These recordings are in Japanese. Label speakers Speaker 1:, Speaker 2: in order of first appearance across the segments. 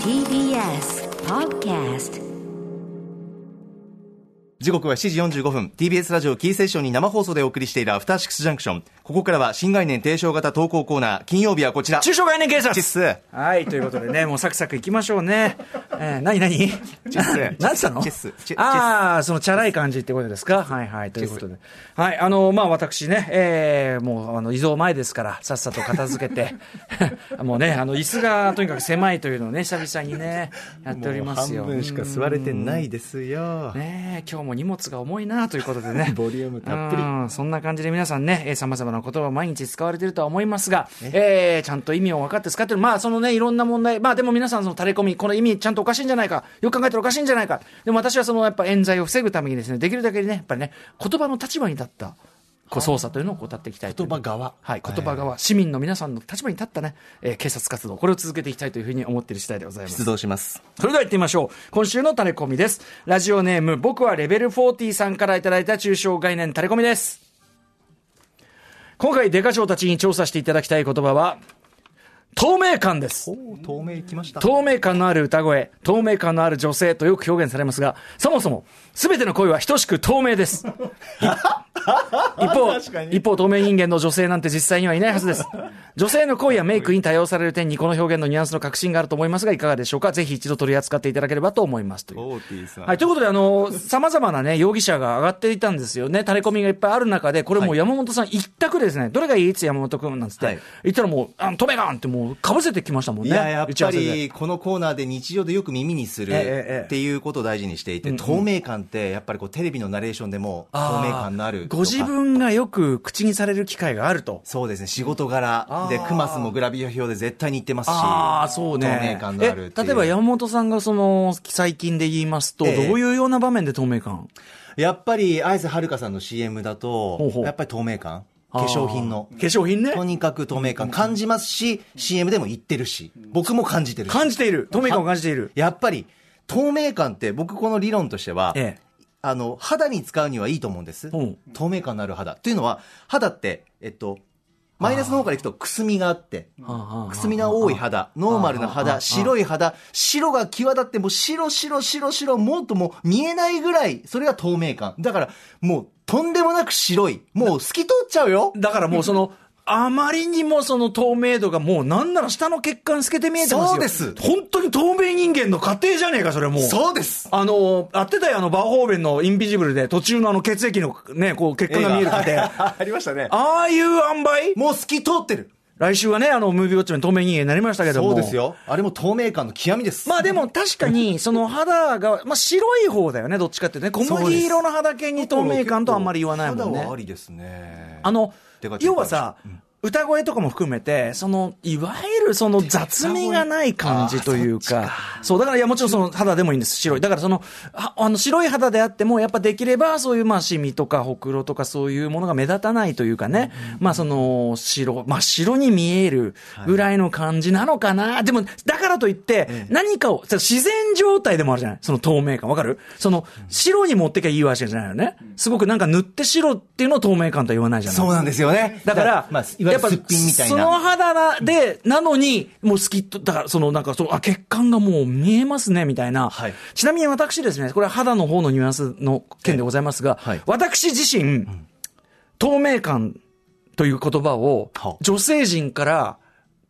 Speaker 1: TBS Podcast
Speaker 2: 時刻は7時45分 TBS ラジオキーセッションに生放送でお送りしているアフターシックスジャンクションここからは新概念提唱型投稿コーナー金曜日はこちら
Speaker 3: 中小概念警察
Speaker 2: チッス
Speaker 3: はい、ということでね、もうサクサクいきましょうね。えー、なになに
Speaker 2: チェス
Speaker 3: 何つったの
Speaker 2: チェスチェ
Speaker 3: ああ、そのチャラい感じってことですかはいはい、ということで。はい、あの、まあ私ね、えー、もう、あの、移動前ですから、さっさと片付けて、 もうね、あの、椅子がとにかく狭いというのをね、久々にね、やっておりますよ。
Speaker 2: もう半分しか座れてないですよ
Speaker 3: ねえ、今日も荷物が重いなということでね。
Speaker 2: ボリュームたっぷり
Speaker 3: うんそんな感じで皆さんね、えー、様々な言葉を毎日使われているとは思いますが、えーちゃんと意味を分かって使ってる。まあ、そのね、いろんな問題。まあ、でも皆さんその垂れ込み、この意味ちゃんとおかしいんじゃないか。よく考えたらおかしいんじゃないか。でも私はその、やっぱ冤罪を防ぐためにですね、できるだけね、やっぱりね、言葉の立場に立った。こう操作というのをこう立っていきたいという
Speaker 4: 言葉側
Speaker 3: はい、言葉側、市民の皆さんの立場に立ったね、えー警察活動、これを続けていきたいというふうに思っている次第でございます
Speaker 2: 出。動します
Speaker 3: それでは行ってみましょう。今週のタレコミです。ラジオネーム、僕はレベル40さんからいただいた抽象概念タレコミです。今回、デカ長たちに調査していただきたい言葉は、透明感です。
Speaker 2: おお透明きました
Speaker 3: 透明感のある歌声、透明感のある女性とよく表現されますが、そもそも、すべての恋は等しく透明です。 い一方、一方、透明人間の女性なんて実際にはいないはずです。女性の恋やメイクに多用される点にこの表現のニュアンスの確信があると思いますが、いかがでしょうかぜひ一度取り扱っていただければと思いますという。
Speaker 2: オーティーさん、
Speaker 3: はい、ということで、あの、様々なね、容疑者が上がっていたんですよね。垂れ込みがいっぱいある中で、これもう山本さん一択ですね。どれがいいいつ山本君なんつって。
Speaker 2: はい
Speaker 3: 言ったらもう、あの、トメガンってもう、かぶせてきましたもんね。
Speaker 2: いややっ
Speaker 3: 打ち合
Speaker 2: ぱ
Speaker 3: わせで
Speaker 2: りこのコーナーで日常でよく耳にする
Speaker 3: ええええ
Speaker 2: っていうことを大事にしていて、透明感ってやっぱりこうテレビのナレーションでも透明感のあるとか
Speaker 3: ご自分がよく口にされる機会があると。
Speaker 2: そうですね仕事柄でクマスもグラビア表で絶対に行ってますし
Speaker 3: ああ、そうね。
Speaker 2: 透明感のあるってい
Speaker 3: え
Speaker 2: う
Speaker 3: 例えば山本さんがその、最近で言いますと、どう
Speaker 2: ええ
Speaker 3: いうような場面で透明感
Speaker 2: やっぱり綾瀬はるかさんの CM だと
Speaker 3: ほうほう
Speaker 2: やっぱり透明感化粧品の
Speaker 3: あー化粧品ね。
Speaker 2: とにかく透明感感じますし CM でも言ってるし僕も感じてるし
Speaker 3: 感じている。透明感を感じている。
Speaker 2: やっぱり透明感って僕この理論としては、
Speaker 3: ええ
Speaker 2: あの肌に使うにはいいと思うんです、
Speaker 3: うん
Speaker 2: 透明感のある肌というのは肌ってえっとマイナスの方からいくとくすみがあって
Speaker 3: ああ
Speaker 2: くすみの多い肌ノーマルな
Speaker 3: あああ
Speaker 2: 肌
Speaker 3: あ
Speaker 2: 白い肌白が際立ってもう白白白白もっともう見えないぐらいそれが透明感だからもうとんでもなく白いもう透き通っちゃうよ
Speaker 3: だからもうその、あまりにもその透明度がもうなんなら下の血管透けて見えてますよ。
Speaker 2: そうです
Speaker 3: 本当に透明人間の過程じゃねえか、それもう。
Speaker 2: そうです
Speaker 3: あの、あってたよ、あの、バーホーベンのインビジブルで、途中のあの血液のね、こう、血管が見える過程。 あ
Speaker 2: ありましたね
Speaker 3: あいう塩梅
Speaker 2: もう透き通ってる
Speaker 3: 来週はね、あの、ムービーウォッチメン透明人間になりましたけども。
Speaker 2: そうです。よあれも透明感の極みです
Speaker 3: まあでも確 かに、その肌が、まあ白い方だよね、どっちかっていうとね。小麦色の肌系に透明感とあんまり言わないもんね。
Speaker 2: 肌はありですね。
Speaker 3: あの
Speaker 2: てか、
Speaker 3: 要はさ、歌声とかも含めて、その、いわゆるその雑味がない感じというか、そう、だからいやもちろんその肌でもいいんです、白い。だからその、ああの白い肌であっても、やっぱできればそういうまあシミとかほくろとかそういうものが目立たないというかね、まあその、白、まあ白に見えるぐらいの感じなのかな。でも、だからといって、何かを、その自然状態でもあるじゃないその透明感。わかるその、白に持ってきゃいいわけじゃないよね。すごくなんか塗って白っていうのを透明感とは言わないじゃない
Speaker 2: そうなんですよね。
Speaker 3: だから、
Speaker 2: まあ、いわゆるすっぴんみたい
Speaker 3: その
Speaker 2: な。
Speaker 3: 肌で、なのに、もう好きと、だから、その、なんか、その、あ、血管がもう見えますね、みたいな。
Speaker 2: はい
Speaker 3: ちなみに私ですね、これは肌の方のニュアンスの件でございますが、
Speaker 2: はい
Speaker 3: 私自身、透明感という言葉を
Speaker 2: はあ、
Speaker 3: 女性陣から、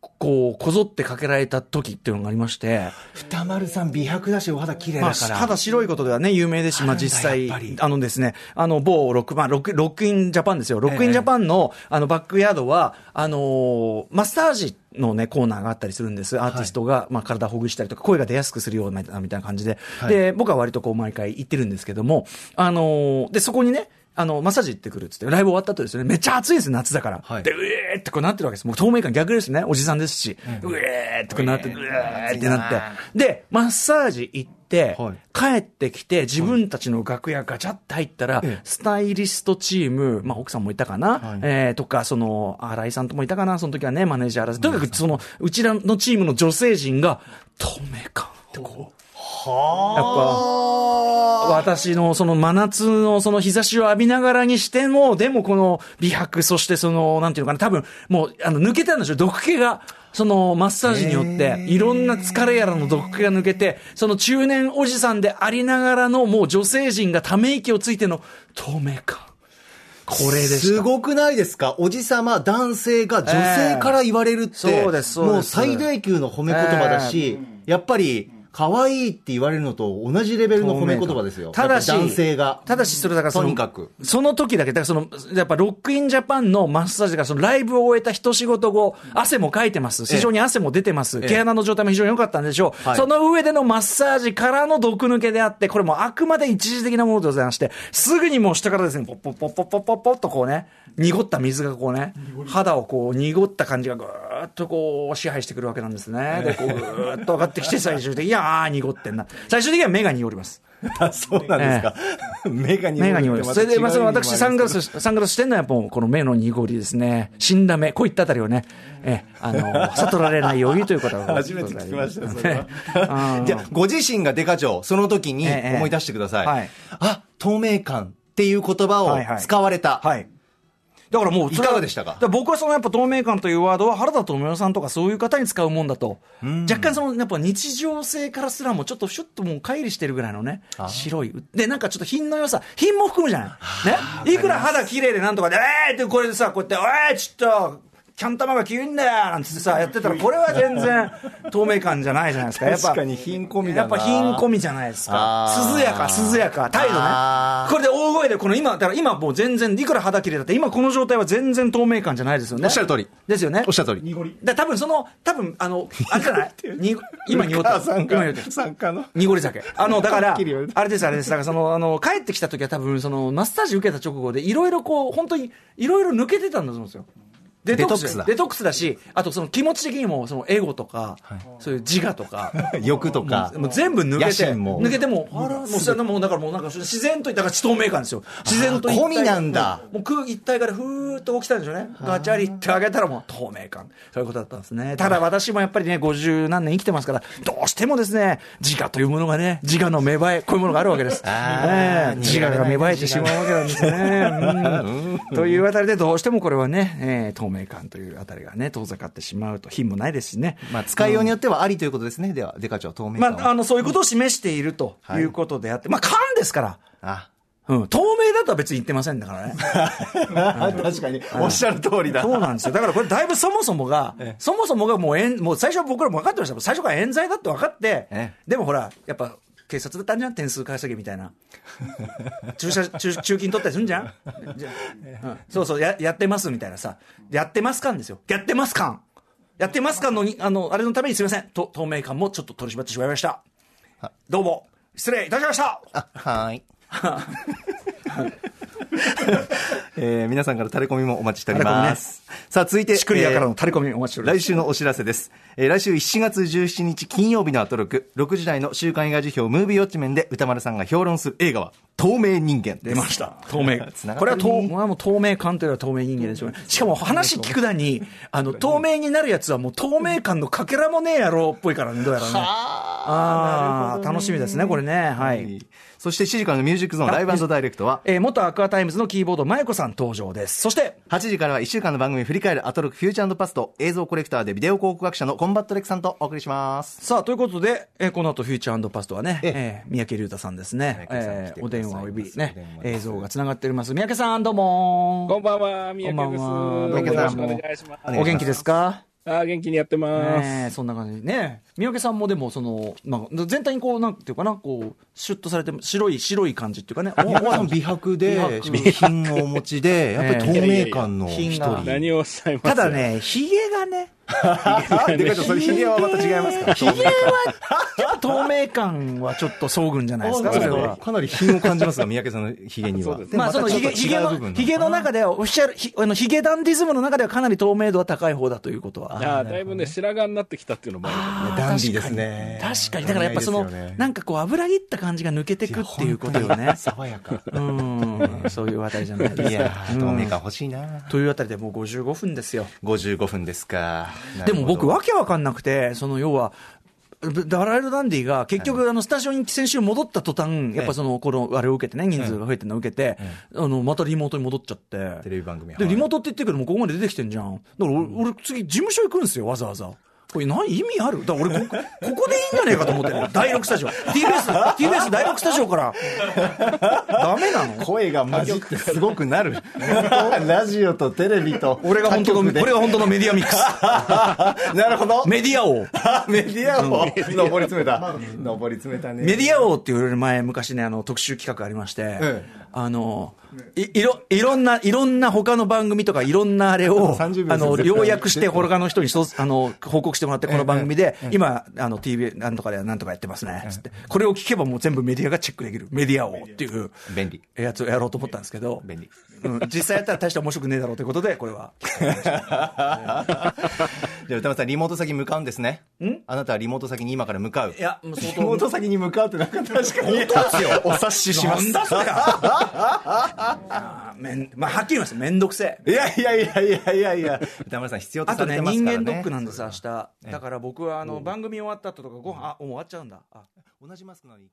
Speaker 3: こう、こぞってかけられた時っていうのがありまして、
Speaker 2: 二丸さん美白だし、お肌綺麗
Speaker 3: まあ、
Speaker 2: だから。
Speaker 3: 肌白いことではね、有名ですし、まあ、実際、
Speaker 2: やっぱり
Speaker 3: あのですね、あの、某ロック、まあ、ロック、ロックインジャパンですよ。ロックインジャパンの、あの、バックヤードは、あのーマッサージのね、コーナーがあったりするんです。アーティストが、まあ、体をほぐしたりとか、声が出やすくするような、みたいな感じで。で、僕は割とこう、毎回行ってるんですけども、あのーで、そこにね、あの、マッサージ行ってくるっつって、ライブ終わった後ですよね、めっちゃ暑いんですよ、夏だから。
Speaker 2: はい
Speaker 3: で、うえーってこうなってるわけです。もう透明感逆ですね、おじさんですし、うえーってこうなって、うえーってなって。で、マッサージ行って、
Speaker 2: はい
Speaker 3: 帰ってきて、自分たちの楽屋ガチャって入ったら、
Speaker 2: ええ
Speaker 3: スタイリストチーム、まあ、奥さんもいたかな、えーとか、その、新井さんともいたかな、その時はね、マネージャーらしいとにかく、その、うちらのチームの女性陣が、透明感ってこう。やっぱ、私のその真夏のその日差しを浴びながらにしても、でもこの美白、そしてその、なんていうのかな、多分、もう、あの、抜けたんでしょ、毒気が。そのマッサージによって、いろんな疲れやらの毒気が抜けて、その中年おじさんでありながらの、もう女性陣がため息をついての透明感。これでした。
Speaker 2: すごくないですかおじさま、男性が女性から言われるって、
Speaker 3: ええそうですそうです
Speaker 2: もう最大級の褒め言葉だし、やっぱり、可愛いって言われるのと同じレベルの褒め言葉ですよ。
Speaker 3: ただし、
Speaker 2: やっぱ男性が。
Speaker 3: ただし、それだからその、
Speaker 2: とにか く。
Speaker 3: その時だけ、だからその、やっぱロックインジャパンのマッサージが、そのライブを終えた一仕事後、汗もかいてます。非常に汗も出てま
Speaker 2: え
Speaker 3: す。
Speaker 2: え
Speaker 3: 毛穴の状態も非常に良かったんでしょう。
Speaker 2: はい
Speaker 3: その上でのマッサージからの毒抜けであって、これもあくまで一時的なものでございまして、すぐにもう下からですね、ポッポッポッポッポッポッポッとこうね、濁った水がこうね、肌をこう濁った感じがぐーっとこう支配してくるわけなんですね。で、こうぐーっと上がってきて、最終的に、いやー、濁ってんな。最終的には目が濁ります。
Speaker 2: そうなんですか。メガニ
Speaker 3: 目が濁ります。それで、まあ、その私、サングラス、サングラスしてるのは、もう、この目の濁りですね。死んだ目、こういったあたりをね、え、あの、悟られないようにということは。
Speaker 2: 初めて聞きましたよ、そ れ
Speaker 3: う
Speaker 2: は。
Speaker 3: ん
Speaker 2: じゃあ、ご自身がデカ長、その時に
Speaker 3: ええ
Speaker 2: 思い出してください。
Speaker 3: はい
Speaker 2: あ、透明感っていう言葉
Speaker 3: はいはい
Speaker 2: を使われた。
Speaker 3: はい。だからもう、
Speaker 2: いかがでしたか
Speaker 3: だら僕はそのやっぱ透明感というワードは原田知世さんとかそういう方に使うもんだと。若干そのやっぱ日常性からすらもちょっとシュッともう乖離してるぐらいのね、白い。で、なんかちょっと品の良さ、品も含むじゃない。ね。いくら肌綺麗でなんとかで、えーってこれでさ、こうやって、おいちょっと、キャン玉が急んだよなんつってさ、やって たら、これは全然透明感じゃないじゃないですか。やっぱ
Speaker 2: 確かに貧困みだな
Speaker 3: やっぱ貧困みじゃないですか
Speaker 2: あ。ー
Speaker 3: 涼やか、涼やか。態度
Speaker 2: あ
Speaker 3: ね。
Speaker 2: ー
Speaker 3: これで大声で、この今、だから今もう全然、いくら肌綺麗だって、今この状態は全然透明感じゃないですよね。
Speaker 2: おっしゃる通り
Speaker 3: ですよね。
Speaker 2: おっしゃる通り。
Speaker 4: 濁り。
Speaker 3: だから多分その、多分あの、あれじゃ ないに今濁っ
Speaker 2: あ
Speaker 3: た。今
Speaker 2: 参
Speaker 3: 濁
Speaker 2: 加
Speaker 3: ってる。
Speaker 2: 参加の。
Speaker 3: 濁り酒。あの、だか
Speaker 2: は
Speaker 3: ら、
Speaker 2: っきり言われ
Speaker 3: あれです、あれです。だから、その、あの、帰ってきた時は多分、その、マッサージ受けた直後で、いろいろこう、本当に、いろいろ抜けてたんだと思うんですよ。デトック
Speaker 2: デトック
Speaker 3: ス
Speaker 2: スだ
Speaker 3: デトックスだし、あとその気持ち的にも、そのエゴとか、そういう自我とか、
Speaker 2: 欲とか。
Speaker 3: もう全部抜け
Speaker 2: 野
Speaker 3: て、
Speaker 2: 心も
Speaker 3: 抜けても、あらもうそれでもうだからもうなんか自然といったから地透明感ですよ。自然と一体
Speaker 2: あー込みなんだ
Speaker 3: もう空気一体からふーっと起きたんでしょうね。ガチャリってあげたらもう透明感。そういうことだったんですね。ただ私もやっぱりね、50何年生きてますから、どうしてもですね、自我というものがね、自我の芽生え、こういうものがあるわけです。
Speaker 2: あー
Speaker 3: ええ自我が芽生えてしまうわけなんですね。 うんというあたりでどうしてもこれはね、えー透明感というあたりがね、遠ざかってしまうと、品もないですしね。
Speaker 2: まあ、使いようによってはありということですね。では、デカ長、透明
Speaker 3: ま
Speaker 2: 感を。
Speaker 3: あ、あの、そういうことを示しているということであって、まあ、缶ですから。
Speaker 2: あ
Speaker 3: うん、透明だとは別に言ってませんだからね。
Speaker 2: 確かに、おっしゃる通りだ。
Speaker 3: そうなんですよ。だからこれだいぶそもそもが、そもそもがもうえん、もう最初は僕らも分かってましたもん。最初から冤罪だって分かって、
Speaker 2: ええ
Speaker 3: でもほら、やっぱ警察だったんじゃん点数稼ぎみた いな。駐車、駐駐金取ったりするんじゃんじゃうんそうそうや、やってますみたいなさ。やってますかんですよ。やってますかん。やってますかんのに、あの、あれのためにすみません。と透明感もちょっと取り締まってしまいました。どうも、失礼いたしました
Speaker 2: あ、はー い。えー皆さんからタレコミもお待ちしております。さあ、続いて、
Speaker 3: しくりやからのタレコミお待ちしております
Speaker 2: 来週のお知らせです。えー来週7月17日金曜日のアトロク、6時台の週刊映画辞表ムービーウォッチメンで歌丸さんが評論する映画は、透明人間です。
Speaker 3: 出ました。透
Speaker 2: 繋
Speaker 3: 明。
Speaker 2: がってるね
Speaker 3: これは透、まあ、もう透明感というのは透明人間でしょうね。しかも話聞くだに、あの、透明になるやつはもう透明感のかけらもねえやろっぽいからね、どうやらね。ああ、楽しみですね、これね。はい。
Speaker 2: そして7時からのミュージックゾーンライブダイレクトは、
Speaker 3: えー元アクアタイムズのキーボード、まゆこさん登場です。そして、
Speaker 2: 8時からは1週間の番組を振り返るアトロクフューチャーパスト映像コレクターでビデオ考古学者のコンバットレックさんとお送りします。
Speaker 3: さあ、ということで、えーこの後、フューチャーパストはね、え
Speaker 2: え
Speaker 3: ー三宅龍太さんですね。
Speaker 2: 三宅さん
Speaker 3: え
Speaker 2: 来て
Speaker 3: ーお
Speaker 2: ください
Speaker 3: 電話および
Speaker 2: お電
Speaker 3: ね
Speaker 2: 話、です
Speaker 3: 映像がつながっております。三宅さん、どうも
Speaker 4: こんばんは、三宅です。
Speaker 3: こんばんは
Speaker 4: よろしくお願いします。
Speaker 2: ばんは
Speaker 3: お元気ですか
Speaker 4: あー元気にやってます。
Speaker 3: ねえ、そんな感じねえ三宅さんもでもその、まあ、全体にこうなんていうかなこうシュッとされて白い白い感じっていうかねお
Speaker 2: 皆さん美白で、美品をお持ちで、やっぱり透明感の一
Speaker 3: 品が
Speaker 2: 人。
Speaker 4: 何をおっしゃいま
Speaker 3: た
Speaker 4: す
Speaker 3: だ、ねひげがね
Speaker 2: あ、でかちゃん、それヒゲはまた違いますか
Speaker 3: ひげはやっぱ透明感はちょっとそぐんじゃないです かそれは。
Speaker 2: かなり品を感じますが、三宅さんのヒゲには。
Speaker 3: まあそのひげ、ひげの、ひげの中では、オフィシャル、ひあの、ひげダンディズムの中ではかなり透明度は高い方だということは。
Speaker 4: あーだいぶね、白髪になってきたっていうのもある
Speaker 3: あー
Speaker 2: ダンディーですね
Speaker 3: 確かに。だからやっぱその、
Speaker 2: ダンディーですよね
Speaker 3: なんかこう、油切った感じが抜けてくっていうことよね。
Speaker 2: 爽やか。
Speaker 3: うん。そういうあたりじゃないですか。
Speaker 2: いやー、透明感欲しいな。
Speaker 3: というあたりでもう55分ですよ。
Speaker 2: 55分ですか。
Speaker 3: でも僕、
Speaker 2: は
Speaker 3: わけわかんなくて、その要は、ダラエル・ダンディが結局、あのスタジオに先週戻った途端やっぱその、このあれを受けてね、人数が増えてるのを受けて、あのまたリモートに戻っちゃって、
Speaker 2: テレビ番組
Speaker 3: で
Speaker 2: はい
Speaker 3: リモートって言ってるけど、もうここまで出てきてんじゃん、だから俺、俺次、事務所行くんですよ、わざわざ。これ何意味あるだから俺こ、ここでいいんじゃねえかと思って る、第6スタジオ、TBS、TBS 第6スタジオから、ダメなの
Speaker 2: 声が混じってすごくなる。 ラジオとテレビと。
Speaker 3: 俺が本当の、
Speaker 2: 他局で
Speaker 3: これが本当のメディアミッ クス、
Speaker 2: なるほど。
Speaker 3: メディア王。
Speaker 2: メディアを登り詰めた。登り詰めたね。
Speaker 3: メディア王って言われる前、昔ね、あの、特集企画ありまして、
Speaker 2: え
Speaker 3: あの、い、いろ、いろんな、いろんな他の番組とかいろんなあれを、
Speaker 2: 30秒で
Speaker 3: あ
Speaker 2: すよ
Speaker 3: の、
Speaker 2: 絶対
Speaker 3: 要約して、他の人にそう、あの、報告してもらって、この番組で、今、あの、TV なんとかでなんとかやってますね、つって。これを聞けばもう全部メディアがチェックできる。メディア王っていう。
Speaker 2: 便利
Speaker 3: やつをやろうと思ったんですけど、
Speaker 2: 便利
Speaker 3: うん実際やったら大して面白くねえだろうということで、これは。
Speaker 2: じゃあ歌丸さん、リモート先向かうんですね。あなたはリモート先に今から向かう。
Speaker 3: いや、もう相
Speaker 2: リモー
Speaker 3: 当。
Speaker 2: ト先に向かうってなんか確かに。本当ですよ。お察しします。
Speaker 3: なんだそ りゃあーめんまあ、はっきり言います。めんどくせえ。
Speaker 2: いやいやいやいやいやいや。歌丸さん必要と
Speaker 3: あ
Speaker 2: さ
Speaker 3: と
Speaker 2: れ
Speaker 3: ね
Speaker 2: てます
Speaker 3: 人
Speaker 2: からね。
Speaker 3: 間ドックなんです明日だから僕はあの番組終わった後とかご飯あもう終わっちゃうんだあ
Speaker 2: 同じマスクなのに。